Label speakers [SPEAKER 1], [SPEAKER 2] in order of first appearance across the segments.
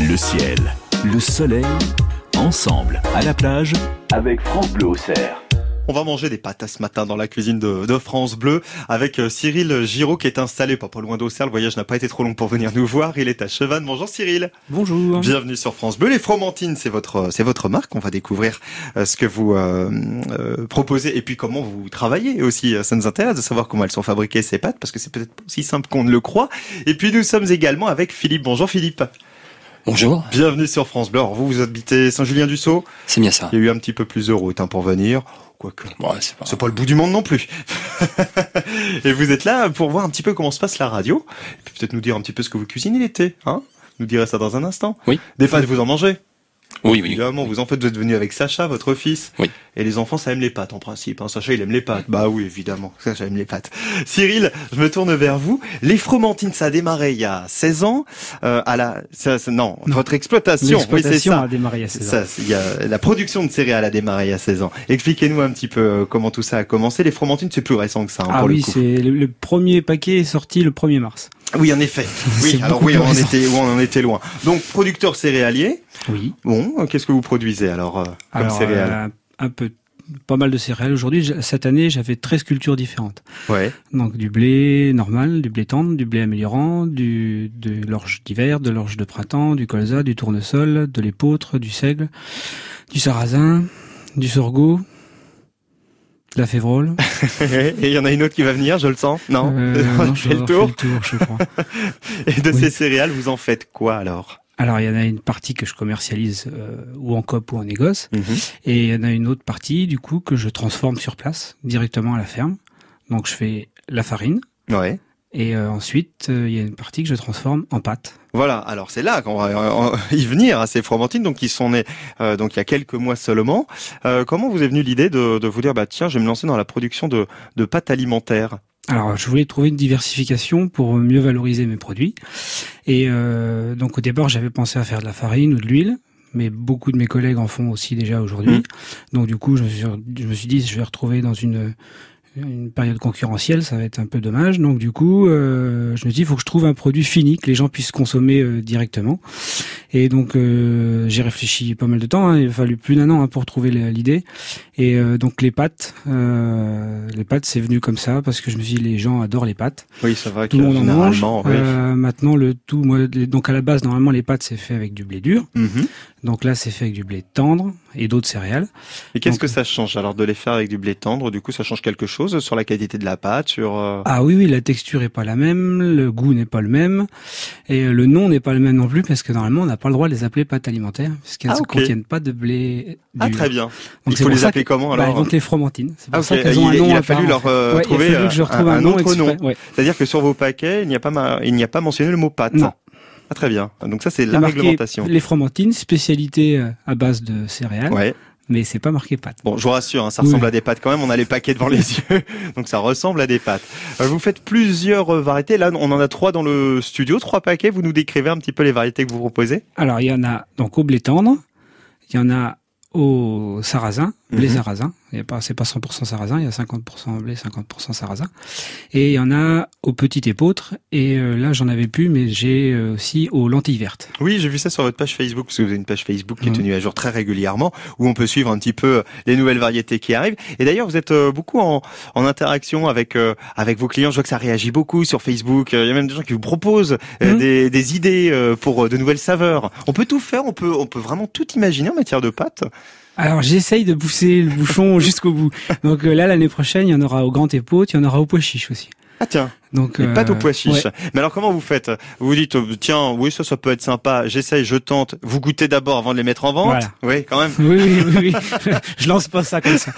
[SPEAKER 1] Le ciel, le soleil, ensemble à la plage avec France Bleu Auxerre.
[SPEAKER 2] On va manger des pâtes ce matin dans la cuisine de, de France Bleu avec euh, Cyril Giraud qui est installé pas, pas loin d'Auxerre. Le voyage n'a pas été trop long pour venir nous voir. Il est à Chevannes. Bonjour Cyril.
[SPEAKER 3] Bonjour.
[SPEAKER 2] Bienvenue sur France Bleu. Les Fromantines, c'est votre euh, c'est votre marque. On va découvrir euh, ce que vous euh, euh, proposez et puis comment vous travaillez aussi. Euh, Ça nous intéresse de savoir comment elles sont fabriquées ces pâtes parce que c'est peut-être pas aussi simple qu'on ne le croit. Et puis nous sommes également avec Philippe. Bonjour Philippe.
[SPEAKER 4] Bonjour,
[SPEAKER 2] Bienvenue sur France Bleu. Alors vous, vous habitez Saint-Julien-du-Sault.
[SPEAKER 4] c'est bien ça.
[SPEAKER 2] Il y a eu un petit peu plus de route hein, pour venir. Quoique.
[SPEAKER 4] Bon, c'est pas...
[SPEAKER 2] Bah. C'est pas le bout du monde non plus. et vous êtes là pour voir un petit peu comment se passe la radio. Et puis peut-être nous dire un petit peu ce que vous cuisinez l'été. Hein vous nous direz ça dans un instant.
[SPEAKER 4] Oui.
[SPEAKER 2] Des pâtes, vous en mangez
[SPEAKER 4] Oui, oui.
[SPEAKER 2] Évidemment, vous en faites, vous êtes venu avec Sacha, votre fils.
[SPEAKER 4] Oui.
[SPEAKER 2] Et les enfants, ça aime les pâtes en principe. hein. Sacha, il aime les pâtes. Bah oui, évidemment, Sacha aime les pâtes. Cyril, je me tourne vers vous. Les Fromantines, ça a démarré il y a 16 ans. euh, à la, ça- ça- non, votre exploitation, oui, c'est
[SPEAKER 3] L'exploitation
[SPEAKER 2] ça.
[SPEAKER 3] a démarré à 16
[SPEAKER 2] Ça, c'est- il y a- la production de céréales a démarré il y a 16 ans. Expliquez-nous un petit peu euh, comment tout ça a commencé. Les fromentines, c'est plus récent que ça, hein,
[SPEAKER 3] Ah
[SPEAKER 2] pour
[SPEAKER 3] oui,
[SPEAKER 2] le coup.
[SPEAKER 3] c'est le, le premier paquet est sorti le 1er mars.
[SPEAKER 2] Oui, en effet. Oui,
[SPEAKER 3] C'est
[SPEAKER 2] alors
[SPEAKER 3] beaucoup
[SPEAKER 2] oui,
[SPEAKER 3] plus
[SPEAKER 2] on en
[SPEAKER 3] récent.
[SPEAKER 2] était, on en était loin. Donc, producteur céréalier.
[SPEAKER 3] Oui.
[SPEAKER 2] Bon, euh, qu'est-ce que vous produisez alors euh, comme
[SPEAKER 3] Alors,
[SPEAKER 2] céréales
[SPEAKER 3] euh, un peu pas mal de céréales aujourd'hui. J- Cette année, j'avais 13 cultures différentes.
[SPEAKER 2] Ouais.
[SPEAKER 3] Donc du blé normal, du blé tendre, du blé améliorant, du de l'orge d'hiver, de l'orge de printemps, du colza, du tournesol, de l'épeautre, du seigle, du sarrasin, du sorgho, de la févrole.
[SPEAKER 2] Et il y en a une autre qui va venir, je le sens. Non,
[SPEAKER 3] Euh, non,
[SPEAKER 2] on
[SPEAKER 3] je
[SPEAKER 2] fait Ah le
[SPEAKER 3] dois
[SPEAKER 2] tour.
[SPEAKER 3] faire le tour, je crois.
[SPEAKER 2] Et de
[SPEAKER 3] Oui.
[SPEAKER 2] ces céréales, vous en faites quoi alors
[SPEAKER 3] Alors, il y en a une partie que je commercialise euh, ou en COP ou en négoce, et il y en a une autre partie, du coup, que je transforme sur place, directement à la ferme. Donc, je fais la farine,
[SPEAKER 2] Ouais.
[SPEAKER 3] et euh, ensuite, euh, il y a une partie que je transforme en pâte.
[SPEAKER 2] Voilà, alors c'est là qu'on va euh, y venir à ces fromentines, donc ils sont nés euh, donc il y a quelques mois seulement. Euh, comment vous est venue l'idée de, de vous dire bah tiens je vais me lancer dans la production de, de pâtes alimentaires
[SPEAKER 3] Alors, je voulais trouver une diversification pour mieux valoriser mes produits. Et euh, donc, au départ, j'avais pensé à faire de la farine ou de l'huile. Mais beaucoup de mes collègues en font aussi déjà aujourd'hui.
[SPEAKER 2] Mhm.
[SPEAKER 3] Donc, du coup, je me, suis, je me suis dit, je vais retrouver dans une, une période concurrentielle, ça va être un peu dommage. Donc, du coup, euh, je me suis dit, il faut que je trouve un produit fini que les gens puissent consommer euh, directement. Et donc, euh, j'ai réfléchi pas mal de temps. hein. Il a fallu plus d'un an hein, pour trouver la- l'idée. Et euh, donc les pâtes, euh, les pâtes c'est venu comme ça parce que je me suis dit les gens adorent les pâtes.
[SPEAKER 2] Oui, c'est vrai
[SPEAKER 3] Tout le monde en mange.
[SPEAKER 2] euh, généralement, oui.
[SPEAKER 3] Euh, maintenant le tout, moi, les- donc à la base normalement les pâtes c'est fait avec du blé dur.
[SPEAKER 2] Mhm.
[SPEAKER 3] Donc là c'est fait avec du blé tendre et d'autres céréales.
[SPEAKER 2] Et qu'est-ce
[SPEAKER 3] donc-
[SPEAKER 2] que ça change alors de les faire avec du blé tendre Du coup, ça change quelque chose sur la qualité de la pâte, sur euh,
[SPEAKER 3] Ah oui oui la texture est pas la même, le goût n'est pas le même et euh, le nom n'est pas le même non plus parce que normalement on n'a pas le droit de les appeler pâtes alimentaires parce qu'elles
[SPEAKER 2] Ah,
[SPEAKER 3] ne
[SPEAKER 2] ok.
[SPEAKER 3] contiennent pas de blé dur.
[SPEAKER 2] Ah très bien.
[SPEAKER 3] Donc
[SPEAKER 2] il
[SPEAKER 3] c'est
[SPEAKER 2] faut
[SPEAKER 3] pour
[SPEAKER 2] les
[SPEAKER 3] ça
[SPEAKER 2] appeler comment
[SPEAKER 3] que-
[SPEAKER 2] alors
[SPEAKER 3] bah, donc les fromantines. C'est pour
[SPEAKER 2] Ah,
[SPEAKER 3] ça
[SPEAKER 2] ok.
[SPEAKER 3] qu'elles ont
[SPEAKER 2] Il-
[SPEAKER 3] un nom
[SPEAKER 2] il a
[SPEAKER 3] à part,
[SPEAKER 2] fallu
[SPEAKER 3] en
[SPEAKER 2] leur,
[SPEAKER 3] fait.
[SPEAKER 2] euh,
[SPEAKER 3] Ouais, il a
[SPEAKER 2] trouver,
[SPEAKER 3] fallu que je
[SPEAKER 2] euh,
[SPEAKER 3] retrouve
[SPEAKER 2] un-
[SPEAKER 3] un,
[SPEAKER 2] un
[SPEAKER 3] nom
[SPEAKER 2] autre nom.
[SPEAKER 3] exprès, ouais.
[SPEAKER 2] C'est-à-dire que sur vos paquets, il n'y a pas ma- il n'y a pas mentionné le mot pâte.
[SPEAKER 3] Non.
[SPEAKER 2] Ah très bien. Donc ça c'est
[SPEAKER 3] C'est
[SPEAKER 2] la
[SPEAKER 3] marqué
[SPEAKER 2] réglementation.
[SPEAKER 3] Les fromantines, spécialité euh, à base de céréales,
[SPEAKER 2] Ouais.
[SPEAKER 3] mais c'est pas marqué pâte.
[SPEAKER 2] Bon, je vous rassure, hein, ça
[SPEAKER 3] Oui.
[SPEAKER 2] ressemble à des pâtes quand même. On a les paquets devant les yeux, donc ça ressemble à des pâtes. Euh, vous faites plusieurs euh, variétés. Là, on en a trois dans le studio, trois paquets. Vous nous décrivez un petit peu les variétés que vous proposez.
[SPEAKER 3] Alors il y en a donc au blé tendre, il y en a au sarrasin, blé
[SPEAKER 2] Mhm.
[SPEAKER 3] sarrasin. Il y a pas, c'est pas 100% sarrasin, il y a 50% blé, 50% sarrasin. Et il y en a au petit épeautre. Et euh, là j'en avais plus, mais j'ai euh, aussi aux lentilles vertes.
[SPEAKER 2] Oui, j'ai vu ça sur votre page Facebook, parce que vous avez une page Facebook qui est
[SPEAKER 3] Mhm.
[SPEAKER 2] tenue à jour très régulièrement, où on peut suivre un petit peu euh, les nouvelles variétés qui arrivent. Et d'ailleurs, vous êtes euh, beaucoup en, en interaction avec euh, avec vos clients. Je vois que ça réagit beaucoup sur Facebook. Euh, Il y a même des gens qui vous proposent euh,
[SPEAKER 3] Mhm.
[SPEAKER 2] des, des idées euh, pour euh, de nouvelles saveurs. On peut tout faire. On peut on peut vraiment tout imaginer en matière de pâtes.
[SPEAKER 3] Alors j'essaye de pousser le bouchon jusqu'au bout. Donc euh, là l'année prochaine il y en aura au grand épeautre, il y en aura au pois chiche aussi.
[SPEAKER 2] Ah tiens.
[SPEAKER 3] Donc
[SPEAKER 2] Et
[SPEAKER 3] euh,
[SPEAKER 2] pâte au pois chiche.
[SPEAKER 3] ouais.
[SPEAKER 2] Mais alors comment vous faites Vous vous dites euh, tiens oui ça ça peut être sympa, j'essaye, je tente. Vous goûtez d'abord avant de les mettre en vente. Oui quand même.
[SPEAKER 3] Oui, oui, oui, oui. je lance pas ça comme ça.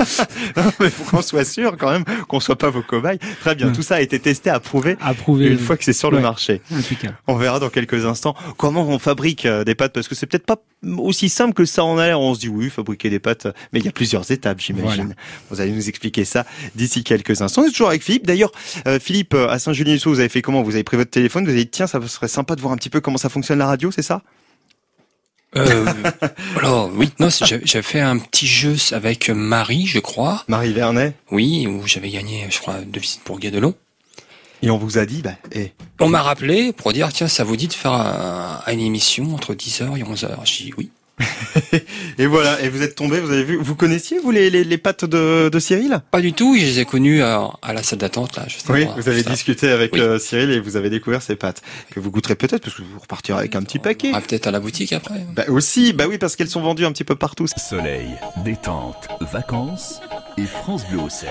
[SPEAKER 2] Mais pour qu'on soit sûr quand même qu'on soit pas vos cobayes. Très bien.
[SPEAKER 3] Ouais.
[SPEAKER 2] Tout ça a été testé, approuvé.
[SPEAKER 3] Approuvé.
[SPEAKER 2] Une fois que c'est sur le
[SPEAKER 3] Ouais.
[SPEAKER 2] marché,
[SPEAKER 3] Impeccable.
[SPEAKER 2] on verra dans quelques instants comment on fabrique euh, des pâtes parce que c'est peut-être pas aussi simple que ça en a l'air. On se dit oui, fabriquer des pâtes, mais il y a plusieurs étapes, j'imagine. Vous allez nous expliquer ça d'ici quelques instants. On est toujours avec Philippe. D'ailleurs, euh, Philippe euh, à Saint-Julien-du-Sault, vous avez fait comment Vous avez pris votre téléphone, vous avez dit tiens, ça serait sympa de voir un petit peu comment ça fonctionne la radio, c'est ça
[SPEAKER 4] Euh, alors, oui, non, c'est- j'avais j'avais fait un petit jeu avec Marie, je crois,
[SPEAKER 2] Marie Vernet.
[SPEAKER 4] oui, où j'avais gagné, je crois, deux visites pour Guédelon.
[SPEAKER 2] Et on vous a dit, bah, eh,
[SPEAKER 4] On m'a rappelé pour dire tiens, ça vous dit de faire un- une émission entre 10h et 11h J'ai dit oui.
[SPEAKER 2] et voilà, et vous êtes tombé, vous avez vu, vous connaissiez, vous, les, les, les pattes de, de Cyril
[SPEAKER 4] Pas du tout, je les ai connus à, à la salle d'attente là. juste
[SPEAKER 2] Oui,
[SPEAKER 4] avant,
[SPEAKER 2] vous avez
[SPEAKER 4] juste avant.
[SPEAKER 2] discuté avec
[SPEAKER 4] Oui.
[SPEAKER 2] euh, Cyril et vous avez découvert ses pattes, que vous goûterez peut-être, parce que vous repartirez avec un petit paquet.
[SPEAKER 4] On va Ah, peut-être à la boutique après.
[SPEAKER 2] Bah aussi, bah oui, parce qu'elles sont vendues un petit peu partout.
[SPEAKER 1] Soleil, détente, vacances et France Bleu Auxerre.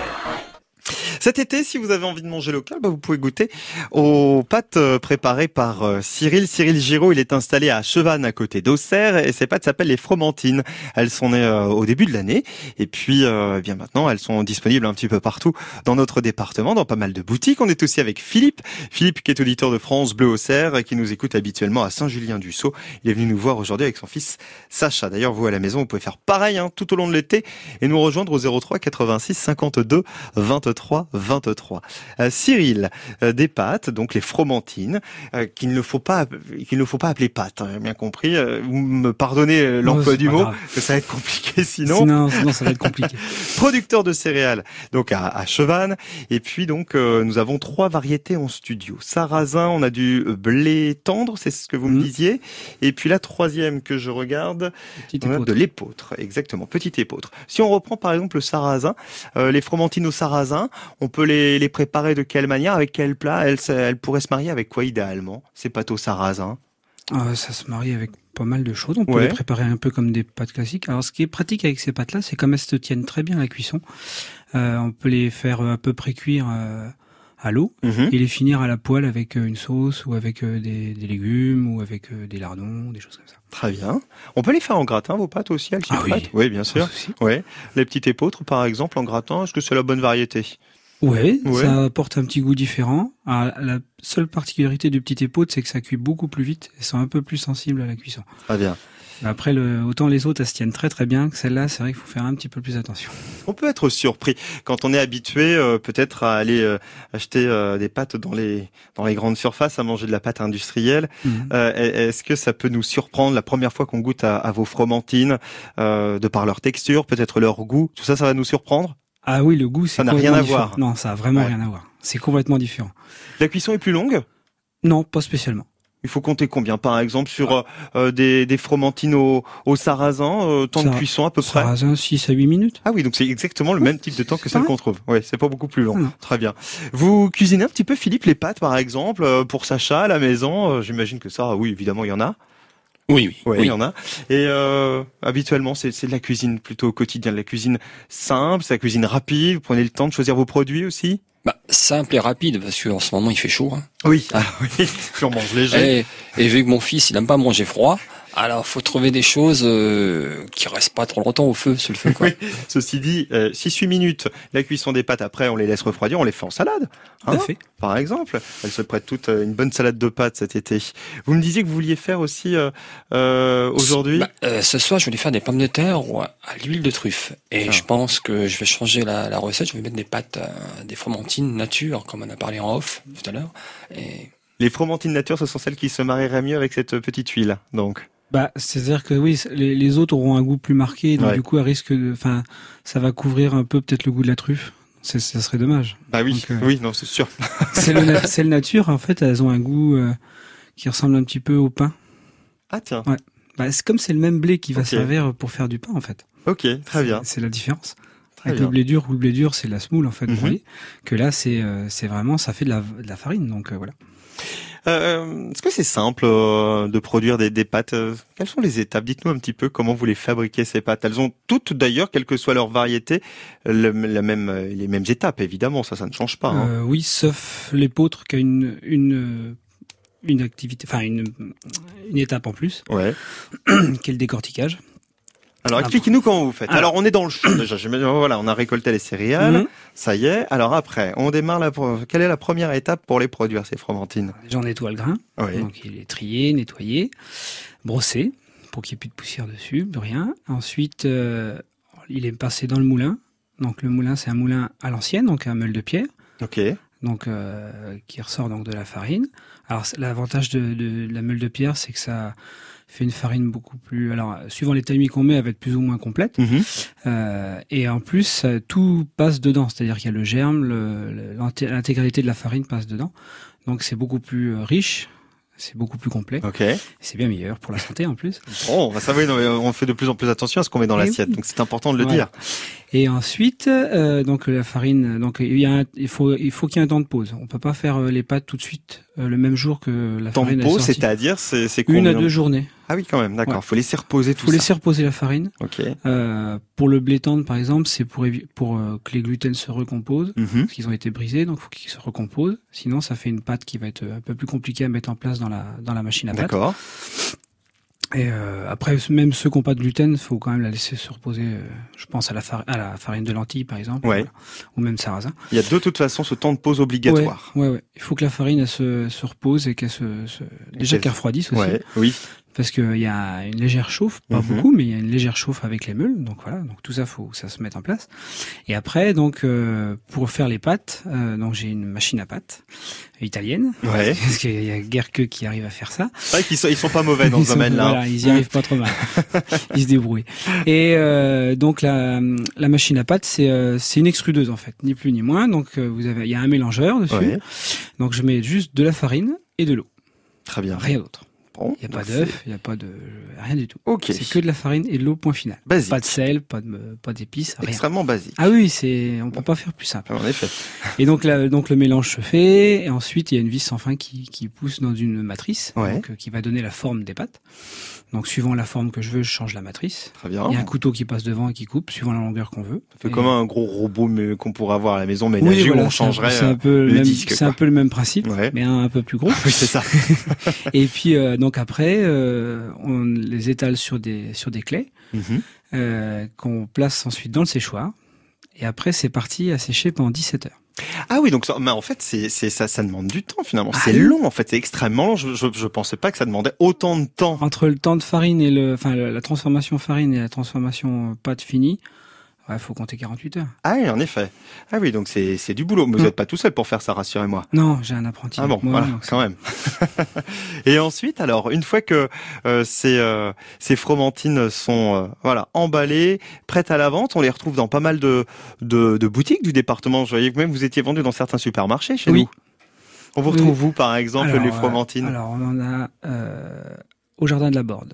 [SPEAKER 2] Cet été, si vous avez envie de manger local, bah vous pouvez goûter aux pâtes euh, préparées par euh, Cyril. Cyril Giraud, il est installé à Chevannes, à côté d'Auxerre, et ses pâtes s'appellent les fromentines. Elles sont nées euh, au début de l'année, et puis euh, eh bien maintenant, elles sont disponibles un petit peu partout dans notre département, dans pas mal de boutiques. On est aussi avec Philippe, Philippe qui est auditeur de France Bleu Auxerre, et qui nous écoute habituellement à Saint-Julien-du-Sault. Il est venu nous voir aujourd'hui avec son fils Sacha. D'ailleurs, vous à la maison, vous pouvez faire pareil hein, tout au long de l'été, et nous rejoindre au 03 86 52 23 23. Euh, Cyril, euh, des pâtes, donc les fromentines, euh, qu'il ne faut pas qu'il ne faut pas appeler pâtes, hein, bien compris. Euh, vous me pardonnez euh,
[SPEAKER 3] Non,
[SPEAKER 2] l'emploi
[SPEAKER 3] c'est
[SPEAKER 2] du
[SPEAKER 3] pas
[SPEAKER 2] mot,
[SPEAKER 3] grave.
[SPEAKER 2] parce que ça va être compliqué sinon.
[SPEAKER 3] Sinon, sinon, ça va être compliqué.
[SPEAKER 2] Producteur de céréales, donc à, à Chevannes. Et puis donc euh, nous avons trois variétés en studio. Sarrasin, on a du blé tendre, c'est ce que vous me
[SPEAKER 3] Mhm.
[SPEAKER 2] disiez. Et puis la troisième que je regarde,
[SPEAKER 3] Petite
[SPEAKER 2] on a
[SPEAKER 3] épaule.
[SPEAKER 2] de l'épeautre, exactement, petite épeautre. Si on reprend par exemple le sarrasin, euh, les fromentines au sarrasin, on peut les, les préparer de quelle manière, avec quel plat elles, se- elles pourraient se marier avec quoi idéalement Ces pâtes au sarrasin
[SPEAKER 3] Euh, ça se marie avec pas mal de choses. On peut
[SPEAKER 2] Ouais.
[SPEAKER 3] les préparer un peu comme des pâtes classiques. Alors, ce qui est pratique avec ces pâtes-là, c'est comme elles se tiennent très bien à la cuisson, euh, on peut les faire euh, à peu près cuire euh, à l'eau
[SPEAKER 2] Hum.
[SPEAKER 3] et les finir à la poêle avec euh, une sauce ou avec euh, des, des légumes ou avec euh, des lardons, des choses comme ça.
[SPEAKER 2] Très bien. On peut les faire en gratin, vos pâtes aussi, elles s'y
[SPEAKER 3] Ah oui.
[SPEAKER 2] prêtent Oui, bien sûr.
[SPEAKER 3] Sans souci.
[SPEAKER 2] Ouais. Les petites épeautres, par exemple, en gratin, est-ce que c'est la bonne variété
[SPEAKER 3] Ouais,
[SPEAKER 2] Ouais.
[SPEAKER 3] ça apporte un petit goût différent. Ah, la seule particularité du petit épaule, c'est que ça cuit beaucoup plus vite et sont un peu plus sensibles à la cuisson.
[SPEAKER 2] Très bien.
[SPEAKER 3] Après, le, autant les autres, elles se tiennent très très bien. que Celle-là, c'est vrai qu'il faut faire un petit peu plus attention.
[SPEAKER 2] On peut être surpris quand on est habitué euh, peut-être à aller euh, acheter euh, des pâtes dans les dans les grandes surfaces, à manger de la pâte industrielle.
[SPEAKER 3] Mhm.
[SPEAKER 2] Euh, est- Est-ce que ça peut nous surprendre la première fois qu'on goûte à, à vos fromentines, euh, de par leur texture, peut-être leur goût Tout ça, ça va nous surprendre.
[SPEAKER 3] Ah oui, le goût, c'est
[SPEAKER 2] Ça n'a
[SPEAKER 3] complètement
[SPEAKER 2] rien à
[SPEAKER 3] différent.
[SPEAKER 2] voir.
[SPEAKER 3] Non, ça a vraiment
[SPEAKER 2] Ouais.
[SPEAKER 3] rien à voir. C'est complètement différent.
[SPEAKER 2] La cuisson est plus longue.
[SPEAKER 3] Non, pas spécialement.
[SPEAKER 2] Il faut compter combien, par exemple, sur euh, euh, des, des fromentines au, au sarrasin, euh, temps de
[SPEAKER 3] Sarra-
[SPEAKER 2] cuisson à peu près
[SPEAKER 3] Sarrasin, 6 à 8 minutes.
[SPEAKER 2] Ah oui, donc c'est exactement le même type de temps que
[SPEAKER 3] c'est
[SPEAKER 2] celle
[SPEAKER 3] pareil.
[SPEAKER 2] qu'on trouve. Oui, c'est pas beaucoup plus long.
[SPEAKER 3] Non.
[SPEAKER 2] Très bien. Vous cuisinez un petit peu, Philippe, les pâtes, par exemple, euh, pour Sacha à la maison. Euh, J'imagine que ça, oui, évidemment, il y en a.
[SPEAKER 4] Oui, oui.
[SPEAKER 2] Ouais,
[SPEAKER 4] oui.
[SPEAKER 2] il y en a. Et euh, habituellement, c'est c'est de la cuisine plutôt au quotidien, de la cuisine simple, c'est la cuisine rapide. Vous prenez le temps de choisir vos produits aussi.
[SPEAKER 4] Bah, simple et rapide, parce qu'en ce moment il fait chaud. hein.
[SPEAKER 2] Oui. Ah oui. Puis on mange léger.
[SPEAKER 4] Et, et vu que mon fils il aime pas manger froid, alors faut trouver des choses euh, qui restent pas trop longtemps au feu, sur le feu. Quoi.
[SPEAKER 2] Oui. Ceci dit, euh, 6-8 minutes, la cuisson des pâtes après, on les laisse refroidir, on les fait en salade.
[SPEAKER 3] Tout à
[SPEAKER 2] Hein
[SPEAKER 3] fait.
[SPEAKER 2] par exemple. Elles se prêtent toutes à une bonne salade de pâtes cet été. Vous me disiez que vous vouliez faire aussi euh, euh, aujourd'hui.
[SPEAKER 4] Bah, euh, Ce soir, je voulais faire des pommes de terre ou à à l'huile de truffe. Et
[SPEAKER 2] Ah.
[SPEAKER 4] je pense que je vais changer la, la recette. Je vais mettre des pâtes, euh, des fromentines nature, comme on a parlé en off tout à l'heure. Et
[SPEAKER 2] Les fromentines nature, ce sont celles qui se marieraient mieux avec cette petite huile. Donc,
[SPEAKER 3] Bah, c'est-à-dire que oui, les, les autres auront un goût plus marqué, donc
[SPEAKER 2] Ouais.
[SPEAKER 3] du coup, à risque de, enfin, ça va couvrir un peu peut-être le goût de la truffe. C'est, ça serait dommage.
[SPEAKER 2] bah oui,
[SPEAKER 3] Donc, euh,
[SPEAKER 2] oui, non, c'est sûr.
[SPEAKER 3] C'est le, na- c'est le nature, en fait, elles ont un goût euh, qui ressemble un petit peu au pain.
[SPEAKER 2] Ah tiens,
[SPEAKER 3] Bah, c'est comme c'est le même blé qui va
[SPEAKER 2] Ok.
[SPEAKER 3] servir pour faire du pain, en fait.
[SPEAKER 2] ok, très bien,
[SPEAKER 3] C'est la différence.
[SPEAKER 2] très
[SPEAKER 3] Avec
[SPEAKER 2] bien.
[SPEAKER 3] le blé dur, ou le blé dur, c'est de la semoule en fait,
[SPEAKER 2] Mhm.
[SPEAKER 3] brûlée, que là c'est euh, c'est vraiment ça fait de la, de la farine donc euh, voilà.
[SPEAKER 2] Euh, Est-ce que c'est simple euh, de produire des, des pâtes euh, Quelles sont les étapes Dites-nous un petit peu comment vous les fabriquez ces pâtes. Elles ont toutes d'ailleurs, quelle que soit leur variété, le- la même, euh, les mêmes étapes évidemment. Ça, ça ne change pas. hein.
[SPEAKER 3] Euh, oui, sauf l'épeautre qui a une une euh, une activité, enfin une une étape en plus,
[SPEAKER 2] Ouais. Mm.
[SPEAKER 3] qui est le décortiquage.
[SPEAKER 2] Alors
[SPEAKER 3] Ah,
[SPEAKER 2] expliquez-nous comment vous faites.
[SPEAKER 3] Alors-
[SPEAKER 2] Alors on est dans le champ déjà. J'imagine, Oh, Voilà, on a récolté les céréales.
[SPEAKER 3] Mhm.
[SPEAKER 2] Ça y est. Alors après, on démarre la. pro- Quelle est la première étape pour les produire ces fromentines
[SPEAKER 3] Déjà on nettoie le grain,
[SPEAKER 2] Oui.
[SPEAKER 3] donc il est trié, nettoyé, brossé pour qu'il n'y ait plus de poussière dessus, plus rien. Ensuite, euh, il est passé dans le moulin. Donc le moulin c'est un moulin à l'ancienne, donc un meule de pierre.
[SPEAKER 2] Ok.
[SPEAKER 3] donc euh, qui ressort donc de la farine. Alors c'est- l'avantage de, de la meule de pierre, c'est que ça fait une farine beaucoup plus, alors suivant les tamis qu'on met, elle va être plus ou moins complète.
[SPEAKER 2] Mhm.
[SPEAKER 3] Euh, et en plus, ça- tout passe dedans, c'est-à-dire qu'il y a le germe, le- le- l'inté- l'intégralité de la farine passe dedans. Donc c'est beaucoup plus euh, riche, c'est beaucoup plus complet,
[SPEAKER 2] Ok.
[SPEAKER 3] c'est bien meilleur pour la santé en plus.
[SPEAKER 2] Bon, on va savoir, non, mais on fait de plus en plus attention à ce qu'on met dans
[SPEAKER 3] Eh
[SPEAKER 2] l'assiette,
[SPEAKER 3] oui.
[SPEAKER 2] donc c'est important de le
[SPEAKER 3] Voilà.
[SPEAKER 2] dire.
[SPEAKER 3] Et ensuite, euh, donc la farine, donc il y a, un- il faut, il faut qu'il y ait un temps de pause. On peut pas faire euh, les pâtes tout de suite euh, le même jour que la farine. est
[SPEAKER 2] Tempo,
[SPEAKER 3] sortie.
[SPEAKER 2] c'est-à-dire, c'est c'est
[SPEAKER 3] une à
[SPEAKER 2] combien
[SPEAKER 3] deux journées.
[SPEAKER 2] Ah oui, quand même, d'accord.
[SPEAKER 3] Ouais.
[SPEAKER 2] Faut laisser reposer tout
[SPEAKER 3] faut
[SPEAKER 2] ça.
[SPEAKER 3] laisser reposer la farine.
[SPEAKER 2] Ok.
[SPEAKER 3] Euh, pour le blé tendre, par exemple, c'est pour évi- pour euh, que les gluten se recomposent.
[SPEAKER 2] Mhm.
[SPEAKER 3] Parce qu'ils ont été brisés, donc faut qu'ils se recomposent. Sinon, ça fait une pâte qui va être euh, un peu plus compliquée à mettre en place dans la dans la machine à pâte.
[SPEAKER 2] D'accord.
[SPEAKER 3] Et euh, après, même ceux qui n'ont pas de gluten, faut quand même la laisser se reposer. euh, je pense à la, far- à la farine de lentilles, par exemple,
[SPEAKER 2] Ouais.
[SPEAKER 3] voilà. ou même sarrasin.
[SPEAKER 2] Il y a de toute façon ce temps de pause obligatoire.
[SPEAKER 3] Ouais, ouais, ouais. Il faut que la farine elle se, se repose et qu'elle se, se- déjà
[SPEAKER 2] qu'elle-
[SPEAKER 3] qu'elle refroidisse aussi,
[SPEAKER 2] oui.
[SPEAKER 3] parce qu'il y a une légère chauffe, pas
[SPEAKER 2] Mhm.
[SPEAKER 3] beaucoup, mais il y a une légère chauffe avec les meules. Donc voilà, donc tout ça faut que ça se mette en place. Et après, donc euh, pour faire les pâtes, euh, donc j'ai une machine à pâtes euh, italienne,
[SPEAKER 2] Ouais.
[SPEAKER 3] parce qu'il y a guère que qui arrive à faire ça.
[SPEAKER 2] C'est vrai qu'ils sont, ils sont pas mauvais dans
[SPEAKER 3] Ils
[SPEAKER 2] ce
[SPEAKER 3] sont-
[SPEAKER 2] domaine-là.
[SPEAKER 3] Voilà, ils y arrivent pas trop mal. ils se débrouillent. Et euh, donc la, la machine à pâte, c'est euh, c'est une extrudeuse en fait, ni plus ni moins. Donc euh, vous avez, il y a un mélangeur dessus.
[SPEAKER 2] Ouais.
[SPEAKER 3] Donc je mets juste de la farine et de l'eau,
[SPEAKER 2] Très bien.
[SPEAKER 3] rien d'autre.
[SPEAKER 2] Bon,
[SPEAKER 3] Il y a pas
[SPEAKER 2] donc c'est-
[SPEAKER 3] d'œuf, il y a pas de rien du tout.
[SPEAKER 2] Ok.
[SPEAKER 3] C'est que de la farine et de l'eau. Point final.
[SPEAKER 2] Basique.
[SPEAKER 3] Pas de sel, pas de pas d'épices, rien.
[SPEAKER 2] Extrêmement basique.
[SPEAKER 3] Ah oui, c'est on peut pas faire plus simple.
[SPEAKER 2] En effet.
[SPEAKER 3] Et donc là, donc le mélange se fait et ensuite il y a une vis sans fin qui, qui pousse dans une matrice
[SPEAKER 2] Ouais.
[SPEAKER 3] donc, euh, qui va donner la forme des pâtes. Donc suivant la forme que je veux, je change la matrice.
[SPEAKER 2] Très bien.
[SPEAKER 3] Il y a un couteau qui passe devant et qui coupe suivant la longueur qu'on veut.
[SPEAKER 2] Un peu
[SPEAKER 3] Et-
[SPEAKER 2] Oh. comme un gros robot mais, qu'on pourrait avoir à la maison
[SPEAKER 3] Oui,
[SPEAKER 2] ménagère
[SPEAKER 3] voilà,
[SPEAKER 2] où on
[SPEAKER 3] c'est un-
[SPEAKER 2] changerait.
[SPEAKER 3] C'est un peu
[SPEAKER 2] le
[SPEAKER 3] le même,
[SPEAKER 2] disque,
[SPEAKER 3] c'est un
[SPEAKER 2] quoi.
[SPEAKER 3] peu le même principe,
[SPEAKER 2] euh, Ouais.
[SPEAKER 3] mais un, un peu plus gros.
[SPEAKER 2] Oui, c'est ça.
[SPEAKER 3] Et puis euh, donc après, euh, on les étale sur des sur des clés
[SPEAKER 2] Mhm.
[SPEAKER 3] euh, qu'on place ensuite dans le séchoir. Et après, c'est parti à sécher pendant 17 heures.
[SPEAKER 2] Ah oui, donc ça, mais en fait, c'est, c'est, ça, ça demande du temps finalement.
[SPEAKER 3] Ah
[SPEAKER 2] c'est
[SPEAKER 3] oui.
[SPEAKER 2] long en fait, c'est extrêmement long. Je, je, je pensais pas que ça demandait autant de temps.
[SPEAKER 3] Entre le temps de farine et le, enfin, le- la transformation farine et la transformation euh, pâte finie, il faut compter 48 heures.
[SPEAKER 2] Ah oui, en effet. Ah oui, donc c'est, c'est du boulot. Mais vous
[SPEAKER 3] Mm.
[SPEAKER 2] n'êtes pas tout seul pour faire ça, rassurez-moi.
[SPEAKER 3] Non, j'ai un apprenti.
[SPEAKER 2] Ah bon,
[SPEAKER 3] avec moi,
[SPEAKER 2] voilà,
[SPEAKER 3] donc c'est-
[SPEAKER 2] quand même. Et ensuite, alors, une fois que euh, ces, euh, ces fromentines sont euh, voilà emballées, prêtes à la vente, on les retrouve dans pas mal de, de, de boutiques du département. Je voyais que même vous étiez vendu dans certains supermarchés chez
[SPEAKER 3] Oui.
[SPEAKER 2] nous. On vous
[SPEAKER 3] Oui.
[SPEAKER 2] retrouve, vous, par exemple,
[SPEAKER 3] Alors,
[SPEAKER 2] les
[SPEAKER 3] euh,
[SPEAKER 2] fromentines
[SPEAKER 3] alors, on en a euh, au jardin de la Borde.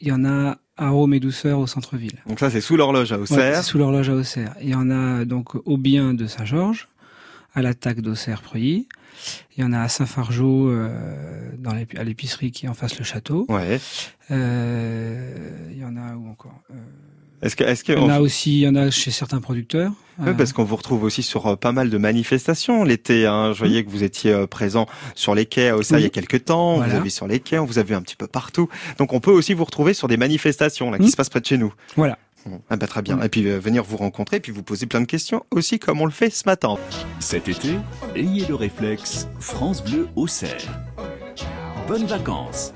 [SPEAKER 3] Il y en a à Rome et Douceur au centre-ville.
[SPEAKER 2] Donc ça, c'est sous l'horloge à
[SPEAKER 3] Ouais,
[SPEAKER 2] Auxerre.
[SPEAKER 3] c'est sous l'horloge à Auxerre. Il y en a donc au bien de Saint-Georges, à l'attaque d'Auxerre-Preuilly. Il y en a à Saint-Fargeau, euh, dans l'épi- à l'épicerie qui est en face le château.
[SPEAKER 2] Ouais.
[SPEAKER 3] Euh, il y en a où encore Euh,
[SPEAKER 2] Est-ce que, est-ce que,
[SPEAKER 3] Il y en a aussi, il y en a chez certains producteurs.
[SPEAKER 2] Oui,
[SPEAKER 3] Euh,
[SPEAKER 2] parce qu'on vous retrouve aussi sur euh, pas mal de manifestations l'été. Hein. Je voyais que vous étiez euh, présent sur les quais à Auxerre
[SPEAKER 3] Mmh. Oui.
[SPEAKER 2] il y a quelques temps. On
[SPEAKER 3] Voilà.
[SPEAKER 2] vous avez sur les quais, on vous a vu un petit peu partout. Donc on peut aussi vous retrouver sur des manifestations là, qui
[SPEAKER 3] Mm.
[SPEAKER 2] se passent près de chez nous.
[SPEAKER 3] Voilà.
[SPEAKER 2] Bon. Ah bah, très bien.
[SPEAKER 3] Oui.
[SPEAKER 2] Et puis euh, venir vous rencontrer, puis vous poser plein de questions aussi comme on le fait ce matin.
[SPEAKER 1] Cet été, ayez le réflexe France Bleu au cerf. Bonnes vacances.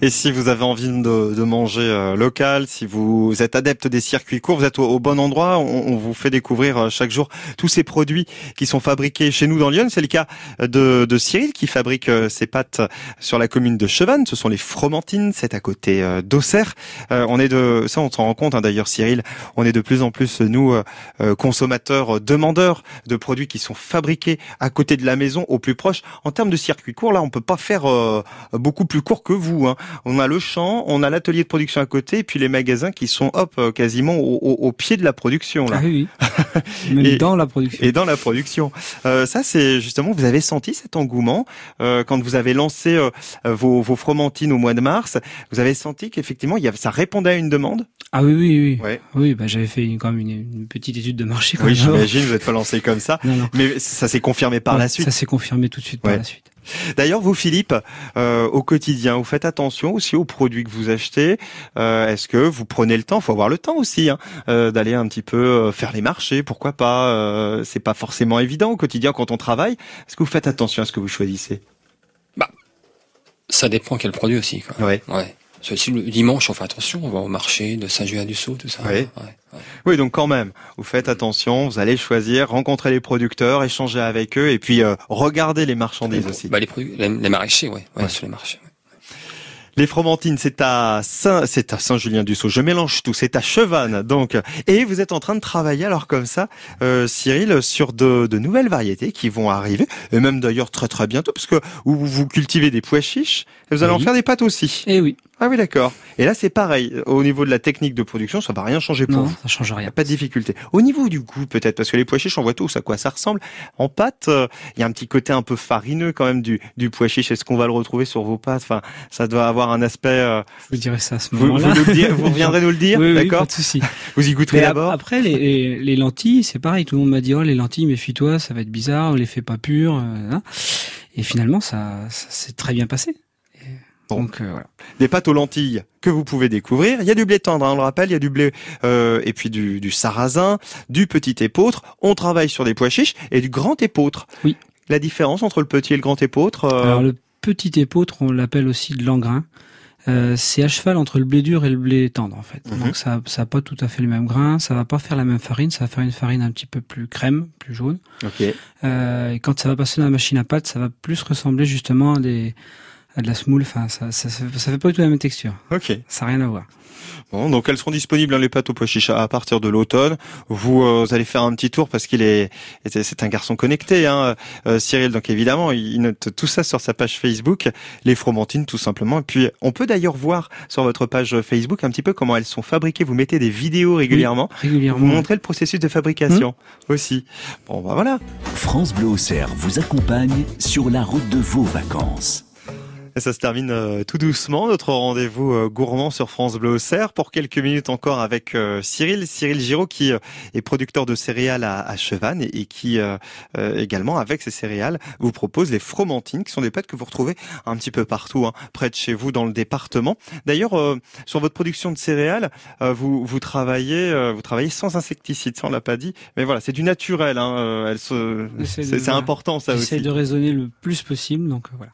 [SPEAKER 2] Et si vous avez envie de, de manger euh, local, si vous êtes adepte des circuits courts, vous êtes au, au bon endroit. On, on vous fait découvrir euh, chaque jour tous ces produits qui sont fabriqués chez nous dans Lyon. C'est le cas de, de Cyril qui fabrique euh, ses pâtes sur la commune de Chevannes. Ce sont les fromentines, c'est à côté euh, d'Auxerre. Euh, on est de ça, on s'en rend compte hein, d'ailleurs, Cyril. On est de plus en plus nous euh, euh, consommateurs, euh, demandeurs de produits qui sont fabriqués à côté de la maison, au plus proche. En termes de circuits courts, là, on peut pas faire euh, beaucoup plus court que vous. hein. On a le champ, on a l'atelier de production à côté, et puis les magasins qui sont hop euh, quasiment au, au- au pied de la production là.
[SPEAKER 3] Ah oui, oui. Même
[SPEAKER 2] Et-
[SPEAKER 3] dans la production.
[SPEAKER 2] Et dans la production, Euh, ça c'est justement, vous avez senti cet engouement euh, quand vous avez lancé euh, euh, vos, vos fromentines au mois de mars. Vous avez senti qu'effectivement, il y avait- ça répondait à une demande.
[SPEAKER 3] Ah oui, oui, oui.
[SPEAKER 2] Ouais.
[SPEAKER 3] Oui, bah, j'avais fait une- quand même une, une petite étude de marché. quand
[SPEAKER 2] Oui,
[SPEAKER 3] même.
[SPEAKER 2] j'imagine, vous n'êtes pas lancé comme ça,
[SPEAKER 3] Non, non.
[SPEAKER 2] mais ça s'est confirmé par
[SPEAKER 3] Ouais,
[SPEAKER 2] la suite.
[SPEAKER 3] Ça s'est confirmé tout de suite
[SPEAKER 2] Ouais.
[SPEAKER 3] par la suite.
[SPEAKER 2] D'ailleurs, vous, Philippe, euh, au quotidien, vous faites attention aussi aux produits que vous achetez. Euh, Est-ce que vous prenez le temps, faut avoir le temps aussi, hein, euh, d'aller un petit peu euh, faire les marchés, pourquoi pas euh, C'est pas forcément évident au quotidien quand on travaille. Est-ce que vous faites attention à ce que vous choisissez
[SPEAKER 4] Ça dépend quel produit aussi. Quoi.
[SPEAKER 2] Ouais.
[SPEAKER 4] Ouais. Parce que si le dimanche, on fait attention, on va au marché de Saint-Julien-du-Sault, tout ça.
[SPEAKER 2] Ouais.
[SPEAKER 4] ouais.
[SPEAKER 2] Oui, donc quand même, vous faites attention, vous allez choisir, rencontrer les producteurs, échanger avec eux, et puis euh, regarder les marchandises aussi.
[SPEAKER 4] Bah, les, produits, les, les maraîchers, ouais, ouais, sur les marchés. ouais.
[SPEAKER 2] Les fromentines, c'est à Saint, c'est à Saint-Julien-du-Sault. Je mélange tout. C'est à Chevannes, donc. Et vous êtes en train de travailler, alors comme ça, euh, Cyril, sur de, de, nouvelles variétés qui vont arriver, et même d'ailleurs très très bientôt, parce que vous, vous cultivez des pois chiches, et vous allez oui. en faire des pâtes aussi.
[SPEAKER 3] Et Eh oui.
[SPEAKER 2] Ah oui, d'accord. Et là, c'est pareil. Au niveau de la technique de production, ça va rien changer pour
[SPEAKER 3] non,
[SPEAKER 2] vous.
[SPEAKER 3] Ça change rien.
[SPEAKER 2] Pas de difficulté. Au niveau du goût, peut-être, parce que les pois chiches, on voit tous à quoi ça ressemble. En pâte, il euh, y a un petit côté un peu farineux quand même du, du pois chiche. Est-ce qu'on va le retrouver sur vos pâtes Enfin, ça doit avoir un aspect. Euh...
[SPEAKER 3] Je vous dirai ça à ce
[SPEAKER 2] vous,
[SPEAKER 3] moment-là.
[SPEAKER 2] Vous, dire, vous, reviendrez nous le dire,
[SPEAKER 3] oui,
[SPEAKER 2] d'accord
[SPEAKER 3] oui, Pas de souci.
[SPEAKER 2] Vous y goûterez
[SPEAKER 3] mais
[SPEAKER 2] d'abord.
[SPEAKER 3] Après, les, les, les lentilles, c'est pareil. Tout le monde m'a dit oh les lentilles, méfie-toi, ça va être bizarre, on les fait pas pures. Hein. Et finalement, ça, ça s'est très bien passé.
[SPEAKER 2] Bon. Donc euh, voilà. Des pâtes aux lentilles que vous pouvez découvrir. Il y a du blé tendre, hein, on le rappelle, il y a du blé euh, et puis du, du, sarrasin, du petit épeautre. On travaille sur des pois chiches et du grand épeautre.
[SPEAKER 3] Oui.
[SPEAKER 2] La différence entre le petit et le grand épeautre euh...
[SPEAKER 3] Alors le petit épeautre, on l'appelle aussi de l'engrain. Euh, c'est à cheval entre le blé dur et le blé tendre en fait.
[SPEAKER 2] Mhm.
[SPEAKER 3] Mm -hmm. Donc ça n'a pas tout à fait le même grain, ça va pas faire la même farine, ça va faire une farine un petit peu plus crème, plus jaune. Euh,
[SPEAKER 2] Ok.
[SPEAKER 3] et quand ça va passer dans la machine à pâte, ça va plus ressembler justement à des de la semoule, enfin, ça, ça, ça, ça, fait pas du tout la même texture.
[SPEAKER 2] Ok.
[SPEAKER 3] Ça n'a rien à voir.
[SPEAKER 2] Bon, donc elles seront disponibles hein, les pâtes au pois chiche à partir de l'automne. Vous, euh, vous, allez faire un petit tour parce qu'il est, c'est un garçon connecté, hein, euh, Cyril. Donc évidemment, il note tout ça sur sa page Facebook, les fromentines tout simplement. Et puis on peut d'ailleurs voir sur votre page Facebook un petit peu comment elles sont fabriquées. Vous mettez des vidéos régulièrement,
[SPEAKER 3] oui, régulièrement.
[SPEAKER 2] Vous montrez le processus de fabrication mmh. aussi. Bon, bah voilà.
[SPEAKER 1] France Bleu Auxerre vous accompagne sur la route de vos vacances.
[SPEAKER 2] Et ça se termine euh, tout doucement, notre rendez-vous euh, gourmand sur France Bleu Auxerre pour quelques minutes encore avec euh, Cyril. Cyril Giraud qui euh, est producteur de céréales à, à Chevannes et, et qui euh, également avec ses céréales vous propose les fromentines qui sont des pâtes que vous retrouvez un petit peu partout hein, près de chez vous dans le département. D'ailleurs euh, sur votre production de céréales euh, vous vous travaillez euh, vous travaillez sans insecticide, ça on l'a pas dit, mais voilà c'est du naturel. Hein, se... c'est important ça aussi.
[SPEAKER 3] de raisonner le plus possible donc euh, voilà.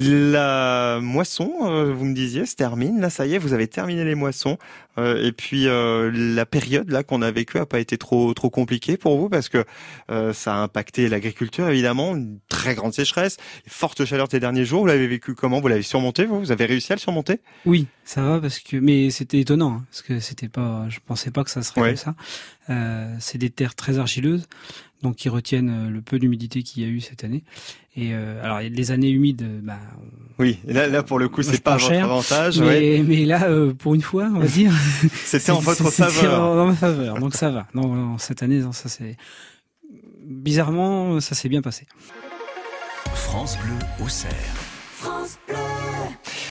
[SPEAKER 2] La moisson, euh, vous me disiez, se termine. Là, ça y est, vous avez terminé les moissons. Euh, et puis euh, la période là qu'on a vécue a pas été trop trop compliquée pour vous parce que euh, ça a impacté l'agriculture évidemment, une très grande sécheresse, forte chaleur ces derniers jours. Vous l'avez vécu comment Vous l'avez surmonté vous, vous avez réussi à le surmonter
[SPEAKER 3] Oui, ça va parce que mais c'était étonnant hein, parce que c'était pas, je pensais pas que ça serait ouais. comme ça. Euh, C'est des terres très argileuses donc qui retiennent euh, le peu d'humidité qu'il y a eu cette année. Et euh, alors les années humides, bah,
[SPEAKER 2] oui, là, là pour le coup Ah, c'est pas, pas cher, votre avantage,
[SPEAKER 3] mais,
[SPEAKER 2] ouais.
[SPEAKER 3] mais là euh, pour une fois on va dire,
[SPEAKER 2] c'était en votre faveur,
[SPEAKER 3] en, ma faveur, donc ça va. Non, non cette année non, ça c'est bizarrement ça s'est bien passé.
[SPEAKER 1] France Bleu au cerf.